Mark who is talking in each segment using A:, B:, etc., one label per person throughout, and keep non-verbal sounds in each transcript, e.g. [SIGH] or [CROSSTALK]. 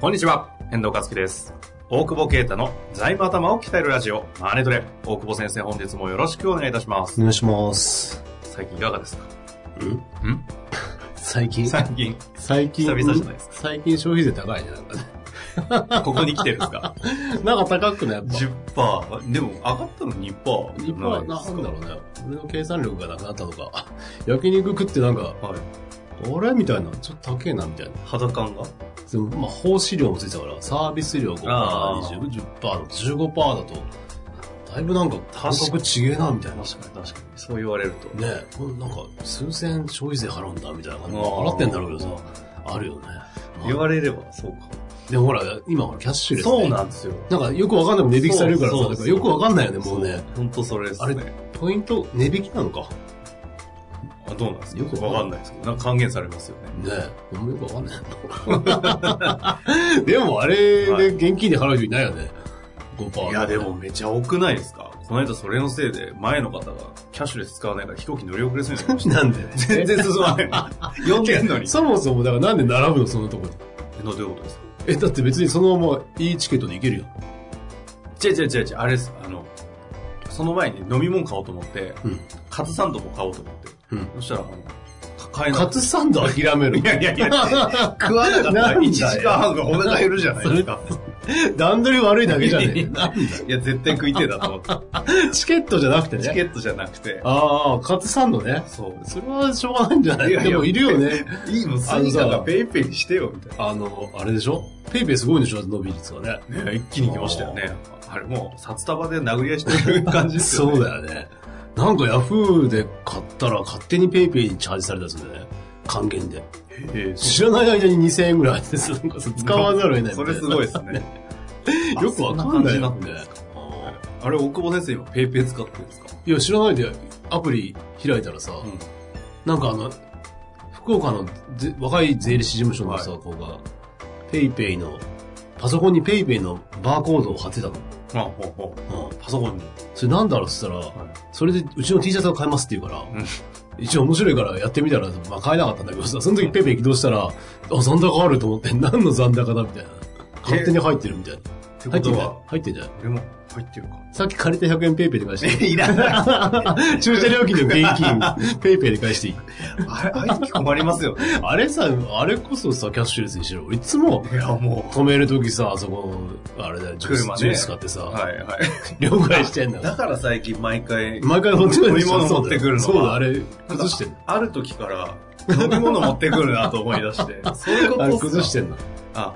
A: こんにちは、遠藤和樹です。大久保啓太の財務頭を鍛えるラジオ、マネトレ。大久保先生、本日もよろしくお願いいたします。
B: お願いします。
A: 最近いかがですかん
B: 最近
A: 最近、
B: 最近
A: 久々じゃないですか
B: 最近消費税高いね。な
A: [LAUGHS]
B: んかね
A: ここに来てるんです [LAUGHS] か
B: なんか高くないやっぱ。
A: ?10%? でも、上がったの2%。
B: 日本はなんだろ
A: う。
B: うね。俺の計算力がなくなったのか。焼肉食ってなんか、
A: はい。
B: あれみたいな。ちょっと高えな、みたいな。
A: 肌感が
B: でも、まあ、奉仕料もついてたから、サービス料5%、
A: あー
B: 20、10%だと、15%だと、だいぶなんか、単価ちげえな、みたいな。
A: 確かに確かに。そう言われると。
B: ねえ、これなんか、数千消費税払うんだ、みたいな感じで。
A: あー
B: 払ってんだろうけどさ、あるよね。
A: 言われれば、そうか。
B: でもほら、今ほら、キャッシュレスで
A: そうなんですよ。
B: なんかよくわかんないもん値引きされるからさ、
A: そう
B: だ
A: そう
B: か
A: そ
B: ら
A: う
B: よくわかんないよね、もうね。。
A: 本当それですね。
B: ポイント、値引きなのか。
A: あどうなんですか
B: よ
A: よ
B: く
A: く
B: わ
A: わ
B: か
A: か
B: ん
A: んないですけど、なんか還元されますよね。
B: ねえ。でもよくわかん
A: [LAUGHS]
B: ない。でもあれで現金で払う人いないよね。5%。
A: いや、でも。めちゃ多くないですかこの間それのせいで、前の方がキャッシュレス使わないから飛行機乗り遅れ [LAUGHS] そうになりました。
B: なんで
A: 全然進ま
B: [LAUGHS]
A: ない。呼んでんのに。
B: そもそも、だからなんで並ぶの、そのとこに。
A: えのどういうことですか
B: え、だって別にそのままいいチケットで行けるよ。
A: 違う違う違う違う、あれです。あの、その前に飲み物買おうと思って、
B: うん。
A: カツサンドも買おうと思って。
B: うん
A: そしたら、あの、か買えな
B: カ
A: い。
B: ツサンド諦める
A: い。やいやいや、食わなかった
B: なんだ
A: ら
B: よ
A: 1時間半がお腹減る
B: [LAUGHS]
A: じゃないですか。
B: 段取り悪いだけじゃねえ。
A: [LAUGHS]
B: なんだ
A: いや、絶対食いてえだと思って。
B: チケットじゃなくて
A: チ
B: ね。
A: ケットじゃなくて。
B: ああ、カツサンドね。
A: そう。
B: それはしょうがないんじゃない
A: いやいや
B: でもいるよね。
A: いいもん、スイカがペイペイにしてよ、みたいな。
B: あの、あれでしょペイペイすごいんでしょ伸び率がね。
A: ね、一気に来ましたよね。あれもう、札束で殴り合いしてる感じですよね。
B: そうだよね。なんかヤフーで買ったら勝手にペイペイにチャージされたんですよね。還元で。
A: ええ
B: 知らない間に2000円ぐらいです。なんかさ使わざるを得ないみたいな。
A: それすごいです [LAUGHS] ね。
B: よくわかん
A: あ
B: ない
A: そんな
B: よ
A: 感じ
B: ね
A: なんです。あれ、大久保先生今、ペイペイ使ってるんですか
B: いや、知らないでアプリ開いたらさ、
A: ん
B: なんかあの、福岡のぜ若い税理士事務所のさ、子が、ペイペイの、パソコンにペイペイのバーコードを貼ってたの。
A: あ、ほうほう。
B: うん。
A: パソコンに。
B: それなんだろうって言ったら、
A: はい
B: それでうちの T シャツが買えますって言うから、
A: ん
B: 一応面白いからやってみたら、まあ買えなかったんだけどさ、その時ペイペイ起動したら、あ、残高あると思って、何の残高だみたいな。勝手に入ってるみたいな。
A: って
B: 入
A: こ
B: って
A: と
B: んじゃない
A: は、
B: 入ってんじゃない
A: 俺も入ってるか。
B: さっき借りた100円ペイペイ
A: [LAUGHS]
B: で返していい。
A: いらない。
B: 駐車料金の現金、ペイペイで返していい。
A: あれ、ああいう時困りますよね。
B: あれさ、あれこそさ、キャッシュレスにしろ。いつも、
A: [LAUGHS] いや、も
B: 止める時さ、あそこ、あれだよ、ジュース、
A: 車ね
B: ジュース買ってさ、
A: う。はいはい。
B: 了解してんだ
A: だから最近毎回、
B: 毎回本当に
A: 飲み物持ってくるのは
B: そうだ、あれ、崩してんの。
A: ある時から、飲み物持ってくるなと思い出 [LAUGHS] して。そういうことっ
B: あ
A: す
B: れ
A: か
B: 崩してんの。
A: [LAUGHS] あ、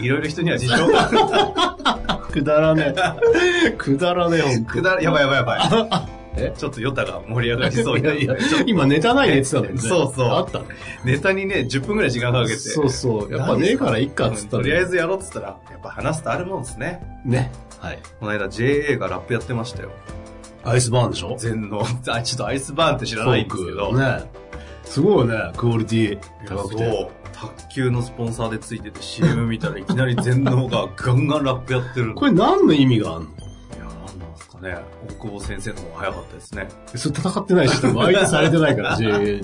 A: いろいろ人には事情がある。
B: くだらね [LAUGHS] え。くだらねえ、ほん
A: くだら、やばいやばいやばい。
B: え
A: ちょっとヨタが盛り上がり
B: と。
A: そう
B: い
A: にな
B: や
A: る
B: いや、今ネタないねって言ってたもんね。
A: そうそう
B: あったね。
A: ネタにね、10分くらい時間かけて。
B: そうそう。やっぱねえからいっかっつった
A: と
B: のに
A: りあえずやろうっつったら、やっぱ話すとあるもんですね。
B: ね。はい。
A: この間 JA がラップやってましたよ。
B: アイスバーンでしょ
A: 全能。あ、ちょっとアイスバーンって知らないんですけど。
B: フォークね。すごいよね、クオリテ
A: い
B: ィ
A: や
B: 高くて。
A: そう。卓球のスポンサーでついてて CM 見たらいきなり全能が [LAUGHS] ガンガンラップやってる。
B: これ何の意味があんの
A: いや、なんなんですかね。大久保先生の方が早かったですね。
B: それ戦ってないし、多分相手されてない [LAUGHS] から、JA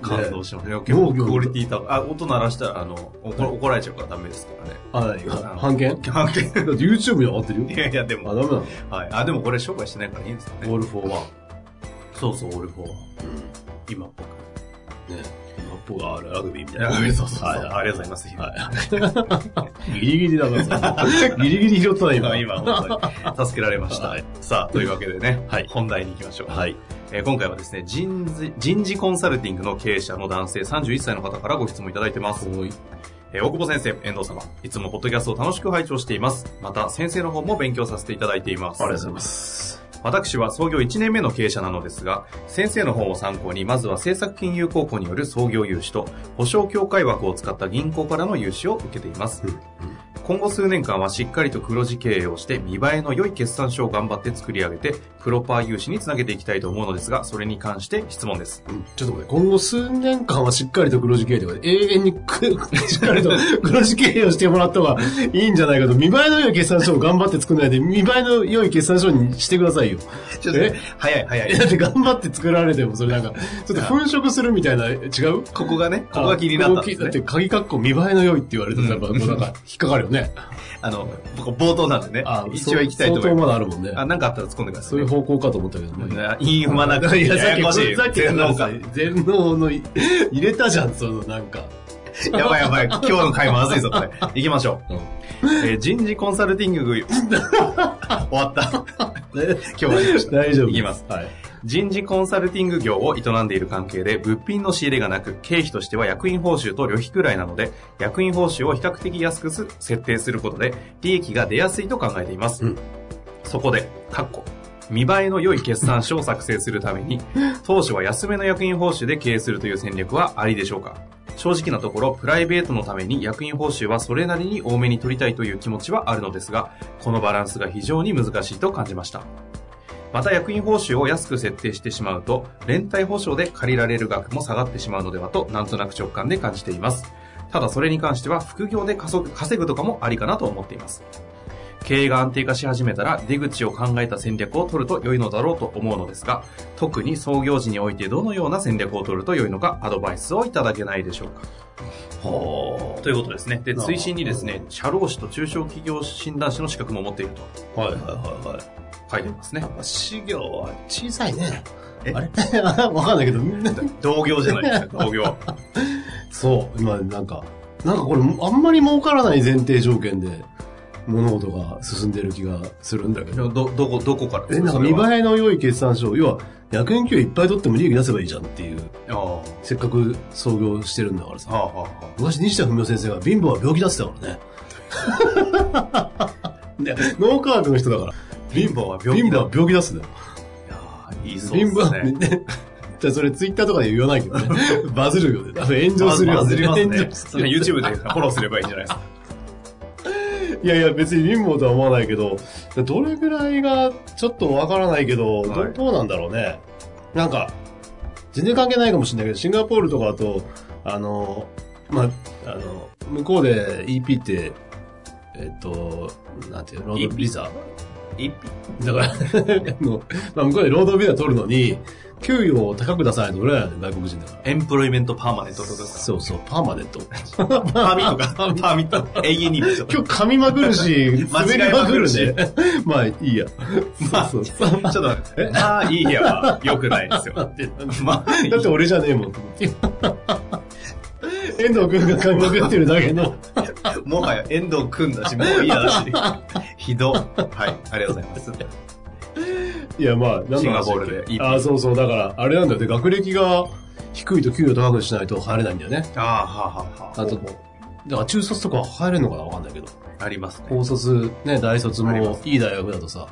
A: 感動しました。いや
B: 農業
A: クオリティ高い。あ、音鳴らしたら、あの、怒ら怒られちゃうからダメですからね。
B: あ、何が判権だ
A: 関係
B: って YouTube に上がってる
A: い
B: よ。
A: [LAUGHS] やいや、で
B: あ、
A: も、
B: ダメなのオ
A: はい。あ、でもこれ紹介してないからいいんですかね。
B: ールフォーワン。
A: そうそう、俺も。
B: うん。
A: 今僕。
B: ね。僕はラグビーみたいな。
A: いやそうそうそう。
B: はい
A: ありがとうございます。今
B: はい。ギリギリだからさ。ギリギリ拾ったな、
A: [LAUGHS]
B: 今。
A: 今、本当
B: [LAUGHS]
A: に助けられました
B: はい。
A: さあ、というわけでね
B: はい、
A: 本題に行きましょう。
B: はい。
A: えー今回はですね人事、人事コンサルティングの経営者の男性31歳の方からご質問いただいてます。えー大久保先生、遠藤様、いつもポッドキャストを楽しく拝聴しています。また、先生の方も勉強させていただいています。
B: ありがとうございます。
A: す。私は創業1年目の経営者なのですが、先生の本を参考に、まずは政策金融高校による創業融資と、保証協会枠を使った銀行からの融資を受けています。今後数年間はしっかりと黒字経営をして、見栄えの良い決算書を頑張って作り上げて、プロパー融資につなげていきたいと思うのですが、それに関して質問です。
B: ちょっと待って、今後数年間はしっかりと黒字経営とかで、永遠にくしっか
A: [LAUGHS]
B: りと黒字経営をしてもらった方がいいんじゃないかと、見栄えの良い決算書を頑張って作らないで、見栄えの良い決算書にしてくださいよ。 [LAUGHS]
A: ちょ
B: っと
A: 早い早
B: え。だって頑張って作られても、それなんか、ちょっと粉飾するみたいな、違う
A: [LAUGHS] ここがね、ここが気になったんです
B: あここだっ
A: ね
B: て、。鍵括弧見栄えの良いって言われると、やっぱ、もうなんか、引っかかるよ
A: [LAUGHS]
B: ね。
A: あの、僕冒頭なんでね
B: あ、
A: 一応行きたいと思い
B: 相
A: ま
B: 当
A: す。
B: まだあるもんね。
A: あ、なんかあったら突っ込んでくださ
B: そ
A: いう
B: い
A: ね
B: う。方向かと思ったけどね。
A: な陰踏まなくて、
B: いや、さ
A: ややこしい。
B: っき、
A: 全能
B: さ
A: か
B: っ。き、全能のい、入れたじゃん、その、なんか。
A: やばいやばい。今日の回まずいぞ、これ。行きましょう。
B: うん
A: えー人事コンサルティング、終わった。今日は行きました
B: 大丈夫。
A: いきます。
B: はい。
A: 人事コンサルティング業を営んでいる関係で、物品の仕入れがなく、経費としては役員報酬と旅費くらいなので、役員報酬を比較的安くす設定することで、利益が出やすいと考えています。
B: うん
A: そこで、かっこ見栄えの良い決算書を作成するために、当初は安めの役員報酬で経営するという戦略はありでしょうか正直なところ、プライベートのために役員報酬はそれなりに多めに取りたいという気持ちはあるのですが、このバランスが非常に難しいと感じました。また役員報酬を安く設定してしまうと、連帯保証で借りられる額も下がってしまうのではと、なんとなく直感で感じています。ただそれに関しては、副業で稼ぐ稼ぐとかもありかなと思っています。経営が安定化し始めたら、出口を考えた戦略を取ると良いのだろうと思うのですが、特に創業時においてどのような戦略を取ると良いのか、アドバイスをいただけないでしょうか。
B: は
A: ということですね。で、
B: なるほど
A: 推進にですね、社労士と中小企業診断士の資格も持っていると
B: あ。はいはいはいは
A: 書い
B: い。
A: てありますね
B: や。っぱ、資料は小さいね。
A: え
B: あれ [LAUGHS] わかんないけど、みんな
A: 同業じゃないです [LAUGHS] か、同業。
B: そう、今なんか、なんかこれ、あんまり儲からない前提条件で、物事が進んでる気がするんだけ
A: い
B: ど。
A: やど、どこ、どこから
B: え、なんか見栄えの良い決算書、要は、役員給与いっぱい取っても利益出せばいいじゃんっていう、
A: えああ、は
B: せっかく創業してるんだから
A: あ、
B: さ。
A: はあ、は
B: 昔、西田文夫先生が貧乏は病気だって言ってたから [LAUGHS] ね。ね、脳科学の人だから。
A: あ。貧乏は
B: 貧乏は病気だっすね。
A: いやー言いそう
B: 貧
A: で
B: 乏
A: す
B: は
A: ね。
B: ね。 [LAUGHS] じゃあそれツイッターとかで言わないけどね。 [LAUGHS] バズるよね。多分炎上するよ
A: ま
B: ね。
A: ずりますね
B: 炎。上す
A: そ
B: る
A: れ YouTube でフォローすればいいんじゃないですか。
B: いやいや、別に貧乏とは思わないけど、どれぐらいがちょっとわからないけど、ど
A: は
B: う
A: い
B: どうなんだろうね。なんか、全然関係ないかもしれないけど、シンガポールとかだと、あの、まあ、あの、向こうで EP って、えっと、なんていうの、ロー
A: EP
B: ドビザ
A: 一
B: だから、 [LAUGHS] あのまあ、向こうで労働ビザ取るのに、給与を高く出さないと俺らやね外国人だから。
A: エンプロイメントパーマネントってことですか
B: そうそう、パーマネント。
A: [LAUGHS] パーミット
B: [LAUGHS]
A: か。パーミット。永遠に言うんですよ。
B: 今日噛みまくるし、
A: [LAUGHS] 間
B: 滑
A: 違
B: り
A: え
B: ま
A: ま
B: く
A: く
B: る
A: るし
B: ね。まあ、いいや。そうそうそう。
A: ちょっと待って。ああ、いいやは良くないです [LAUGHS] よ。まあ、
B: だって俺じゃね
A: [LAUGHS]
B: えもん。遠藤君が感覚ってるだけの。
A: [LAUGHS] もはや遠藤くんだし、もういいやだし。 [LAUGHS] ひど。はい、ありがとうございます。
B: いや、まあ、なん
A: シンガポールでいい
B: ああ、そうそう。だから、あれなんだよね。学歴が低いと給料高くしないと入れないんだよね。
A: ああ、はあ、はあ、
B: あと、だから中卒とか入れるのかなわかんないけど。
A: ありますね。
B: 高卒、ね、大卒
A: ありま
B: もいい大学だとさ、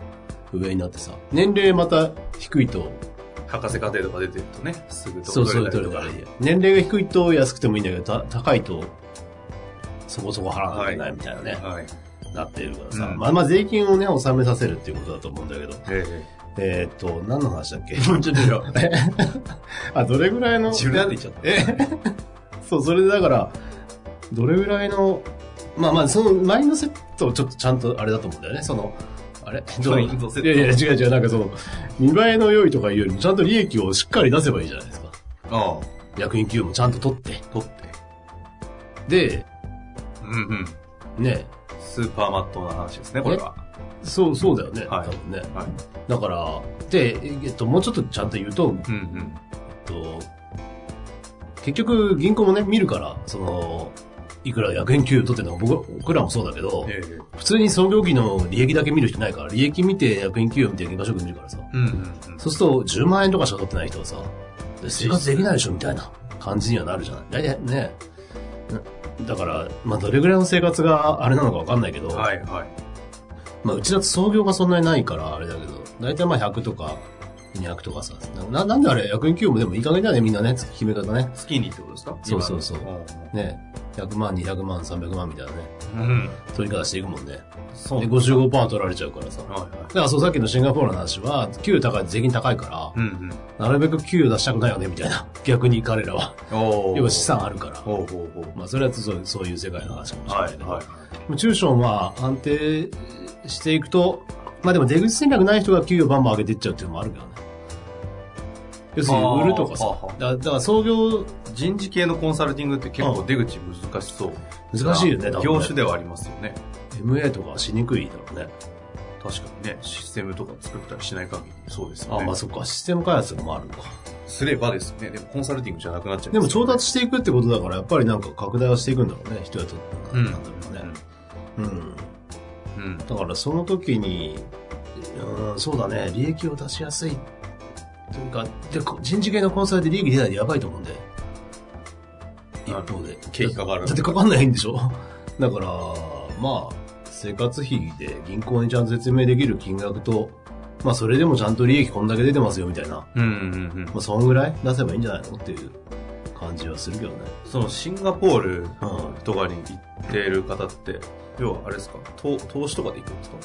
B: 上になってさ、年齢また低いと、
A: 博士課程とか出てるとね、すぐ
B: そうそ
A: 取
B: う、取
A: れ
B: れ
A: た
B: た
A: り
B: ら
A: と
B: いいや。年齢が低いと安くてもいいんだけど、た高いと、そこそこ払
A: か。
B: わなきゃいけないみたいなね、
A: はい。
B: なっているからさ、
A: うん
B: まあまあ税金をね、納めさせるっていうことだと思うんだけど、
A: ええ
B: えーっと、何の話だっ
A: [LAUGHS]
B: け
A: ちょっと待って
B: [LAUGHS] あ、どれぐらいの、
A: 自分で言っちゃった。
B: え [LAUGHS] そう、それでだから、どれぐらいの、まあまあ、そのマインドセットをちょっとちゃんとあれだと思うんだよね、その、あれ
A: マインドセット
B: いやいや、違う違う、なんかその、見栄えの良いとかいうよりも、ちゃんと利益をしっかり出せばいいじゃないですか。
A: ああ、
B: 役員給与もちゃんと取って。
A: 取って。
B: で、
A: うんうん。
B: ね、
A: スーパーマットな話ですね、これは。
B: そう、そうだよね、
A: はい
B: 多分ね。
A: はい。
B: だから、で、えっと、もうちょっとちゃんと言うと、
A: うんうん。
B: えっと、結局銀行もね、見るから、その、いくら役員給与取ってんのか僕僕らもそうだけど、
A: ええ
B: 普通に創業期の利益だけ見る人いないから、利益見て役員給与見て現場職見るからさ。
A: うんうんうん。
B: そうすると、10万円とかしか取ってない人はさ、生活できないでしょみたいな感じにはなるじゃない。大体ね。なだから、まあ、どれぐらいの生活があれなのかわかんないけど、
A: はいはい。
B: まあ、うちだと創業がそんなにないから、あれだけど、大体まあ100とか200とかさ。ななんであれ、役員給与もでもいい加減だね、みんなね、決め方ね。
A: 月にってことですか
B: そうそうそう
A: う
B: ね。100万、200万、300万みたいなね。
A: ん。うん。
B: 取り方していくもんね。
A: そ
B: で、
A: う。
B: 55%取られちゃうからさ。
A: はいは
B: だからそうさっきのシンガポールの話は、給与高い、税金高いか
A: い。うん
B: ら、なるべく給与出したくないよね、みたいな。逆に彼らは。
A: うん。おー
B: 要は資。産あるから。
A: ほうほうほ
B: まあ、それはそうそういう世界の話かも
A: う。
B: しれな
A: はいい
B: けど。
A: はい。
B: 中小は安定していくと、まあでも出口戦略ない人が給与バンバン上げていっちゃうっていうのもあるけどね。要するに売るとか
A: あー
B: さ
A: はあは。
B: だだから創業
A: 人事系のコンサルティングって結構出口難しそう。
B: 難しいよね、多分ね
A: 業種ではありますよね。
B: MA とかはしにくいだろうね。
A: 確かにね、システムとか作ったりしない限りそうですよね。
B: あ、まあそっか、システム開発とかもあるのか。
A: すればですね、でもコンサルティングじゃなくなっちゃい
B: で
A: ま
B: も
A: すよ
B: 調
A: ね
B: 達していくってことだから、やっぱりなんか拡大はしていくんだろうね、人雇ってなんだろうね。うん。
A: うん。うん。
B: だからその時に、うん、そうだね、利益を出しやすい。というか、でこ人事系のコンサルで利益出ないでやばいと思うんで。一方で。
A: 景気かかる
B: だってかかんないんでしょだから、まあ、生活費で銀行にちゃんと説明できる金額と、まあそれでもちゃんと利益こんだけ出てますよみたいな。
A: うんうんうん。
B: まあそんぐらい出せばいいんじゃないのっていう感じはするけどね。
A: そのシンガポール
B: うん。
A: とかに行ってる方って、要はあれですか、投投資とかで行くんですか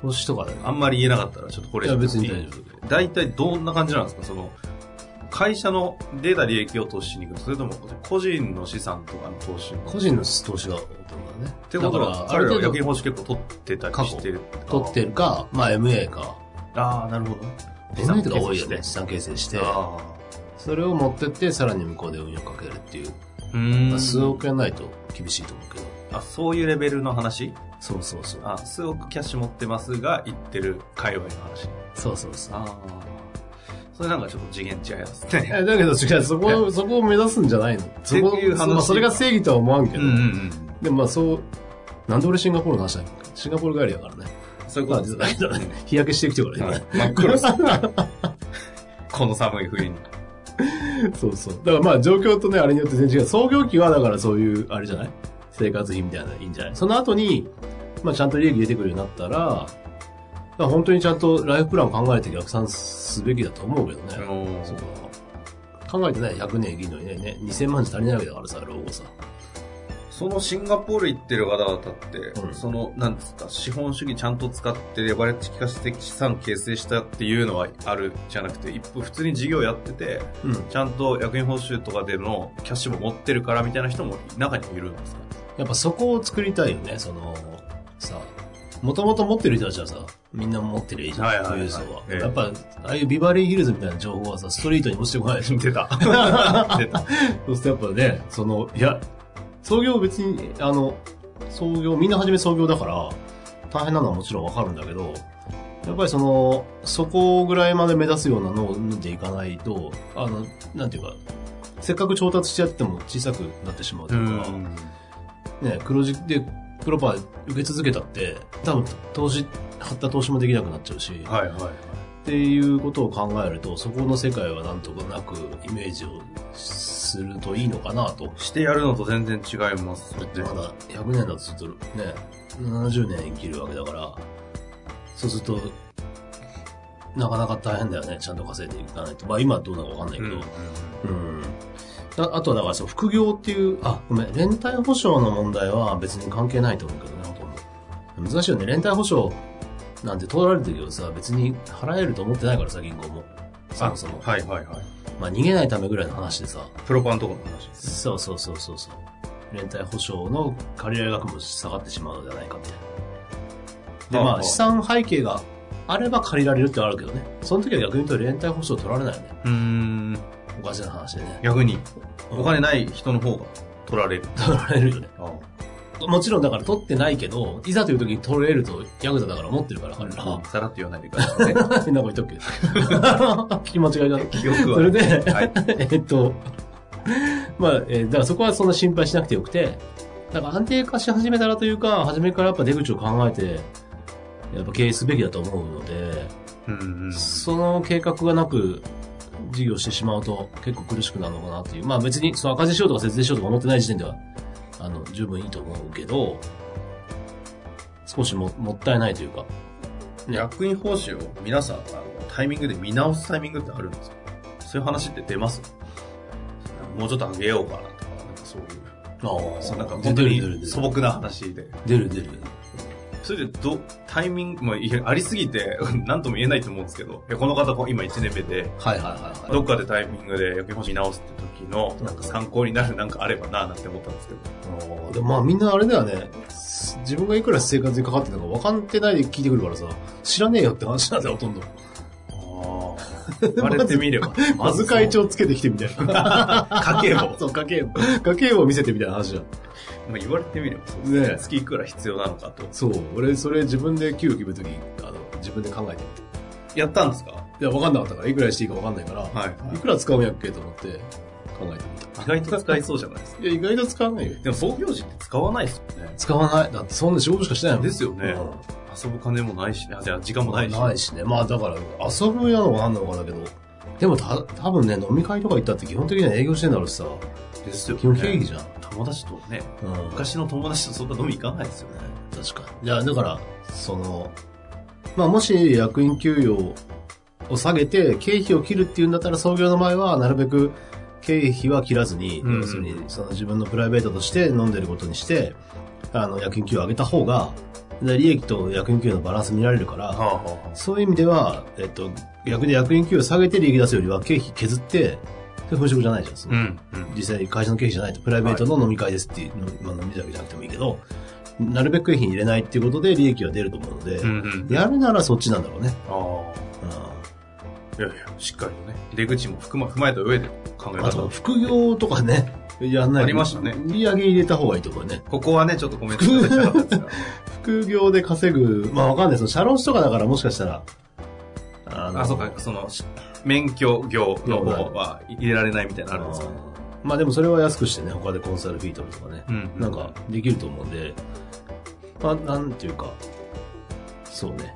B: 投資とかだね。
A: あんまり言えなかったらちょっとこれ
B: いや別に大丈夫。
A: 大体どんな感じなんですかその会社の出た利益を投資しに行くのそれとも個人の資産とかの投資っ
B: 個人の投資が多いと思うんだね。
A: てこと
B: だか
A: は
B: らあ
A: 彼ら
B: る
A: は
B: 程度
A: 役員報酬結構取ってたりしてる
B: 取ってるか、まあ MA か。
A: ああなるほど
B: デザインとか多いよね。資産形成して。
A: あ
B: それを持ってって、さらに向こうで運用かけるっていう。
A: あうーん
B: 数億円ないと厳しいと思うけど。
A: あそういうレベルの話
B: そうそうそう。
A: あ数億キャッシュ持ってますが行ってる界隈の話
B: そうそうそう。
A: ああそれなんかちょっと次元違いますね
B: えだけど違う、そこ、そこを目指すんじゃないのそこ
A: っていう話
B: まあそれが正義とは思わんけ
A: う
B: ど。
A: んうんうん
B: でもまあそう、なんで俺シンガポールの話だっけシンガポール帰りやからね。
A: そういうこ
B: まあ
A: とです
B: 実
A: ね
B: は日焼けしてきてから
A: はい
B: ね。
A: 真っ黒ですこの寒い冬に
B: そうそう。だからまあ状況とね、あれによって全然違う。創業期はだからそういう、あれじゃない生活費みたいなのいいんじゃないその後に、まあちゃんと利益出てくるようになったら、だから本当にちゃんとライフプランを考えて逆算すべきだと思うけど
A: あ
B: ね。
A: の
B: そう考えてない100年生きるのにねね、2000万じゃ足りないわけだからさ、老後さ。
A: そのシンガポール行ってる方々って、
B: うん
A: その、なんですか、資本主義ちゃんと使ってレバレッジ効かせて資産形成したっていうのはあるじゃなくて、一方普通に事業やってて、
B: うん。
A: ちゃんと役員報酬とかでのキャッシュも持ってるからみたいな人も中にはいるんですか
B: やっぱそこを作りたいよね、その、さ、もともと持ってる人たちはさ、みんな持ってるじゃん、
A: はいはいはい
B: 富裕層は。
A: ええ
B: やっぱ、ああいうビバリーヒルズみたいな情報はさ、ストリートに落ちてこないでしょ。
A: 出
B: [LAUGHS]
A: た。出た。
B: そうするとやっぱね、その、いや、創業別に、あの、創業、みんな初め創業だから、大変なのはもちろんわかるんだけど、やっぱりその、そこぐらいまで目指すようなのでいかないと、あの、なんていうか、せっかく調達してやっても小さくなってしまうと
A: う
B: いうか、
A: ん。
B: ね、黒字で、プロパー受け続けたって、多分投資、張った投資もできなくなっちゃうし、
A: はいはいはい。
B: っていうことを考えると、そこの世界はなんとかなくイメージをするといいのかなと。
A: してやるのと全然違いますよね
B: だってまだ100年だとするとね、70年生きるわけだから、そうすると、なかなか大変だよね、ちゃんと稼いでいかないと。まあ今はどうなのかわかんない
A: うん
B: け
A: う
B: ど。
A: ん
B: うんああとはだからそう副業っていう、あ、ごめん、連帯保証の問題は別に関係ないと思うけどね、ほとんど。難しいよね、連帯保証なんて取られてるけどさ、別に払えると思ってないからさ、銀行も。そもそも。
A: はいはいはい。
B: まあ逃げないためぐらいの話でさ、
A: プロパンとかの話です。
B: そうそうそうそうそう。連帯保証の借り入れ額も下がってしまうのではないかみたいな。で、
A: はあ
B: ま
A: はあ
B: あ資産背景があれば借りられるってのはあるけどね。その時は逆に言うと連帯保証取られないよね。
A: うーん。
B: おかしな話でね。 [LAUGHS]
A: 逆に、お金ない人の方が取られる。
B: 取られるよね。
A: あ
B: もちろんだから取ってないけど、いざという時に取れるとヤクザだから持ってるから、彼らは [LAUGHS]
A: あ。。さらっと言わないでください [LAUGHS] ね。
B: みんなこれ言っとくけど。 [LAUGHS] 聞き間違いがある。
A: 記憶は。
B: それで、
A: はい。
B: [LAUGHS] えっと、まあ、えーだからそこはそんな心配しなくてよくて、だから安定化し始めたらというか、初めからやっぱ出口を考えて、やっぱ経営すべきだと思うので、
A: うんうん。
B: その計画がなく、事業してしまうと結構苦しくなるのかなっていう。まあ別にその赤字しようとか節税しようとか思ってない時点では、あの、十分いいと思うけど、少しももったいないというか、
A: 役員報酬を皆さん、あのタイミングで見直すタイミングってあるんですかそういう話って出ますもうちょっと上げようかなとか、なんかそういう。
B: あ
A: そうなんか
B: 出
A: 本当
B: る出る
A: に
B: 出
A: 素
B: る。
A: 朴な話で。
B: 出る出る。
A: それでど、タイミング、まあいや、ありすぎて、 [LAUGHS] なんとも言えないと思うんですけど、いやこの方、こう今1年目で、
B: はいはいはいはい。
A: どっかでタイミングで役員報酬見直すって時の、なんか参考になるなんかあればなぁなんて思ったんですけど。
B: あーでもまあみんなあれだよね。自分がいくら生活にかかってたか分かってないで聞いてくるからさ、知らねえよって話なんだよ、ほとんど。
A: ああ。言われてみ [LAUGHS] れば。
B: まず会。長つけてきてみたいな。
A: 家計簿。
B: そう、家計簿。家計簿見せてみたいな話じゃん。
A: ま [LAUGHS] あ言われてみればそう
B: ねえ
A: 月いくら必要なのかと。
B: そう、俺それ自分で給与決めるとき、あの、自分で考えてみて。
A: やったんですか
B: いや、分かんなかったから、いくらしていいか分かんないから、
A: はい
B: い、くら使うんやっけと思って考えてみた。
A: 意外と使いそうじゃないですか。
B: いや、意外と使わないよ。
A: でも創業時って使わないですよね。
B: 使わない。だってそんな仕事しかしてないもん。
A: ですよね
B: うん
A: 遊ぶ金もないしね。あじゃあ時間もないし。
B: ないしね。まあだから、遊ぶなのかなんなのかだけど。でもた、多分ね、飲み会とか行ったって基本的には営業してんだろうしさ。
A: ですよね。
B: 基本経費じゃん。
A: 友達とね、
B: うん。
A: 昔の友達とそんな飲み行かないですよね。
B: 確かに。いや、だから、その、まあもし役員給与を下げて経費を切るっていうんだったら創業の前はなるべく経費は切らずに、
A: うん
B: 要するにその自分のプライベートとして飲んでることにして、あの、役員給与を上げた方が、で利益と役員給与のバランス見られるから、
A: あは
B: そういう意味では、えっと、逆に役員給与下げて利益出すよりは経費削って、で粉飾じゃないじゃん。その
A: うん。うん。
B: 実際会社の経費じゃないと、プライベートの飲み会ですっていう、のまあ飲み会じゃなくてもいいけど、なるべく経費に入れないっていうことで利益は出ると思うので、
A: うんうん。
B: やるならそっちなんだろうね。
A: あ
B: う
A: あ。いやいや、しっかりとね。出口も含ま踏まえた上で考え
B: ん、あと、
A: 方
B: 副業とかね、やんない
A: ありましたね
B: 売り上げ入れた方がいいと思うね。
A: ここはね、ちょっとコメントいただきたかったんです [LAUGHS] が。
B: 副業で稼ぐ、まあわかんない。その、社労士とかだからもしかしたら、あの
A: あ、そうか、その、し免許業の方は入れられないみたいなのあるんですかね。
B: まあでもそれは安くしてね、他でコンサルフィートルとかね、
A: うん
B: なんかできると思うんで、まあなんていうか、そうね。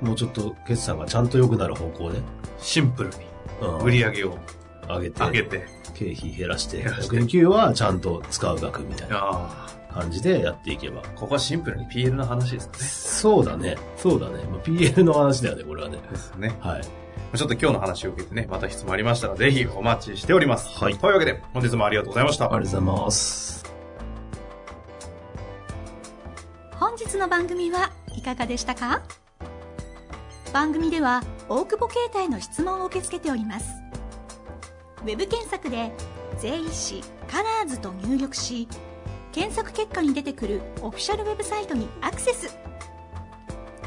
B: もうちょっと決算がちゃんと良くなる方向で、
A: シンプルに
B: うん
A: 売り上げを
B: 上げて、
A: 上げて。
B: 経費減らして、
A: 減らして
B: 100円給与はちゃんと使う額みたいな
A: ああ。
B: 感じでやっていけば。
A: ここはシンプルに PL の話ですかね。
B: そうだね。そうだね。まあ、PL の話だよね、これはね。
A: ですね。
B: はい。
A: ちょっと今日の話を受けてね、また質問ありましたら、ぜひお待ちしております。はい。というわけで、本日もありがとうございました。
B: ありがとうございます。
C: 本日の番組はいかがでしたか番組では大久保携帯の質問を受け付けておりますウェブ検索で「税理士カラーズと入力し検索結果に出てくるオフィシャルウェブサイトにアクセス